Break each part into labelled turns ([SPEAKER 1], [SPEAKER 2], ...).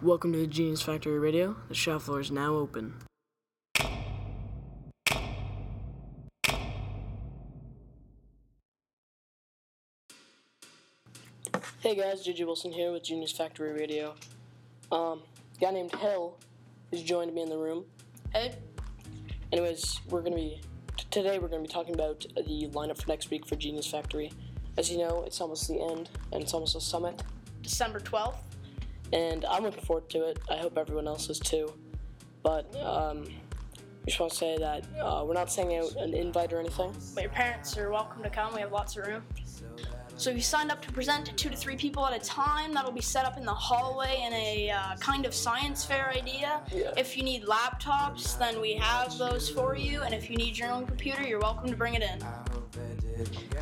[SPEAKER 1] Welcome to the Genius Factory Radio. The shop floor is now open. Hey guys, JJ Wilson here with Genius Factory Radio. Um, guy named Hill has joined me in the room.
[SPEAKER 2] Hey,
[SPEAKER 1] Anyways, we're gonna be t- today. We're gonna be talking about the lineup for next week for Genius Factory. As you know, it's almost the end, and it's almost a summit.
[SPEAKER 2] December 12th.
[SPEAKER 1] and I'm looking forward to it. I hope everyone else is too. But um, we just want to say that uh, we're not sending out an invite or anything.
[SPEAKER 2] But your parents are welcome to come. We have lots of room. So if you signed up to present to two to three people at a time, that'll be set up in the hallway in a uh, kind of science fair idea.
[SPEAKER 1] Yeah.
[SPEAKER 2] If you need laptops, then we have those for you. And if you need your own computer, you're welcome to bring it in.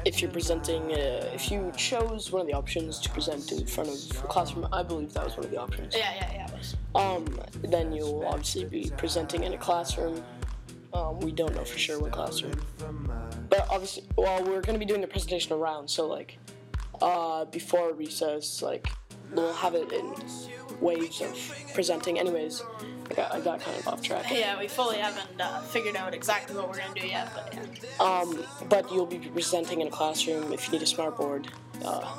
[SPEAKER 1] If you're presenting, uh, if you chose one of the options to present in front of a classroom, I believe that was one of the options.
[SPEAKER 2] Yeah, yeah, yeah. it was.
[SPEAKER 1] Um, then you'll obviously be presenting in a classroom. Um, we don't know for sure what classroom. But obviously, well, we're going to be doing the presentation around, so like uh, before recess, like we'll have it in waves of presenting. Anyways, I got, I got kind of off track.
[SPEAKER 2] Yeah, we fully haven't uh, figured out exactly what we're gonna do yet, but yeah.
[SPEAKER 1] Um, but you'll be presenting in a classroom. If you need a smart board, uh,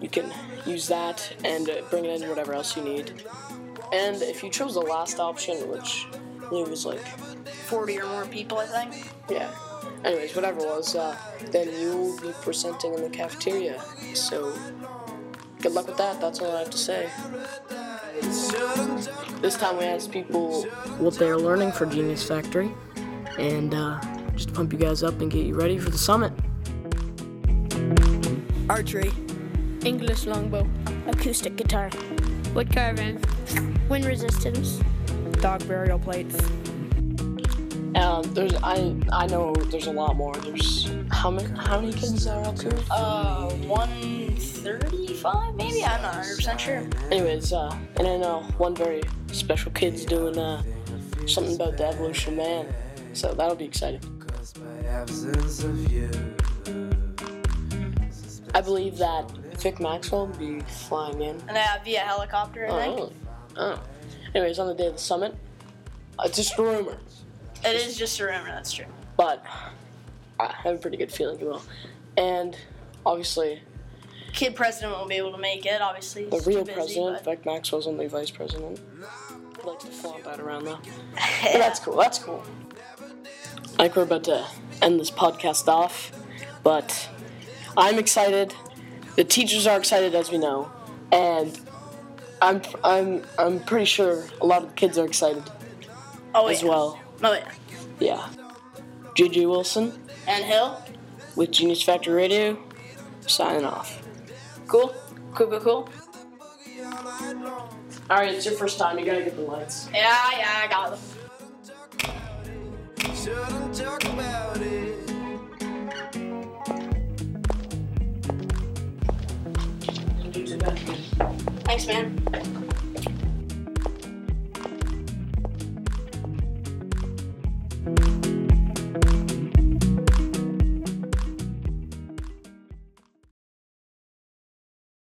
[SPEAKER 1] you can use that and uh, bring in whatever else you need. And if you chose the last option, which I believe was like
[SPEAKER 2] 40 or more people, I think.
[SPEAKER 1] Yeah. Anyways, whatever it was, uh, then you'll be presenting in the cafeteria. So, good luck with that. That's all I have to say. This time we asked people what they're learning for Genius Factory, and uh, just to pump you guys up and get you ready for the summit.
[SPEAKER 3] Archery.
[SPEAKER 4] English longbow,
[SPEAKER 5] acoustic guitar,
[SPEAKER 4] wood carving,
[SPEAKER 5] wind resistance.
[SPEAKER 3] Dog burial plates.
[SPEAKER 1] Um, there's I I know there's a lot more. There's how many how many kids are up here?
[SPEAKER 2] Uh, 135 maybe? I'm not 100% sure.
[SPEAKER 1] Anyways, uh, and I know one very special kid's doing uh, something about the evolution of man, so that'll be exciting. I believe that Vic Maxwell will be flying in.
[SPEAKER 2] And yeah, via helicopter, I
[SPEAKER 1] Oh,
[SPEAKER 2] think.
[SPEAKER 1] really? Oh. Anyways, on the day of the summit, it's just a rumor,
[SPEAKER 2] It is just a rumor, that's true.
[SPEAKER 1] but I have a pretty good feeling it will. And obviously,
[SPEAKER 2] Kid president won't be able to make it, obviously.
[SPEAKER 1] the
[SPEAKER 2] he's
[SPEAKER 1] real
[SPEAKER 2] too busy,
[SPEAKER 1] president,
[SPEAKER 2] but-
[SPEAKER 1] Vic Maxwell's only vice president. Likes to flaunt that around though. But that's cool. That's cool. I think we're about to end this podcast off, but I'm excited. The teachers are excited, as we know, and I'm I'm I'm pretty sure a lot of the kids are excited
[SPEAKER 2] oh,
[SPEAKER 1] as
[SPEAKER 2] yeah.
[SPEAKER 1] well.
[SPEAKER 2] Oh, yeah.
[SPEAKER 1] Yeah. JJ Wilson
[SPEAKER 2] And Hill?
[SPEAKER 1] with Genius Factory Radio, signing off.
[SPEAKER 2] Cool. Cool, cool, cool.
[SPEAKER 1] All right, it's your first time. You gotta get the lights.
[SPEAKER 2] Yeah, yeah, I got them.
[SPEAKER 6] Shouldn't talk about it.
[SPEAKER 2] Thanks, man.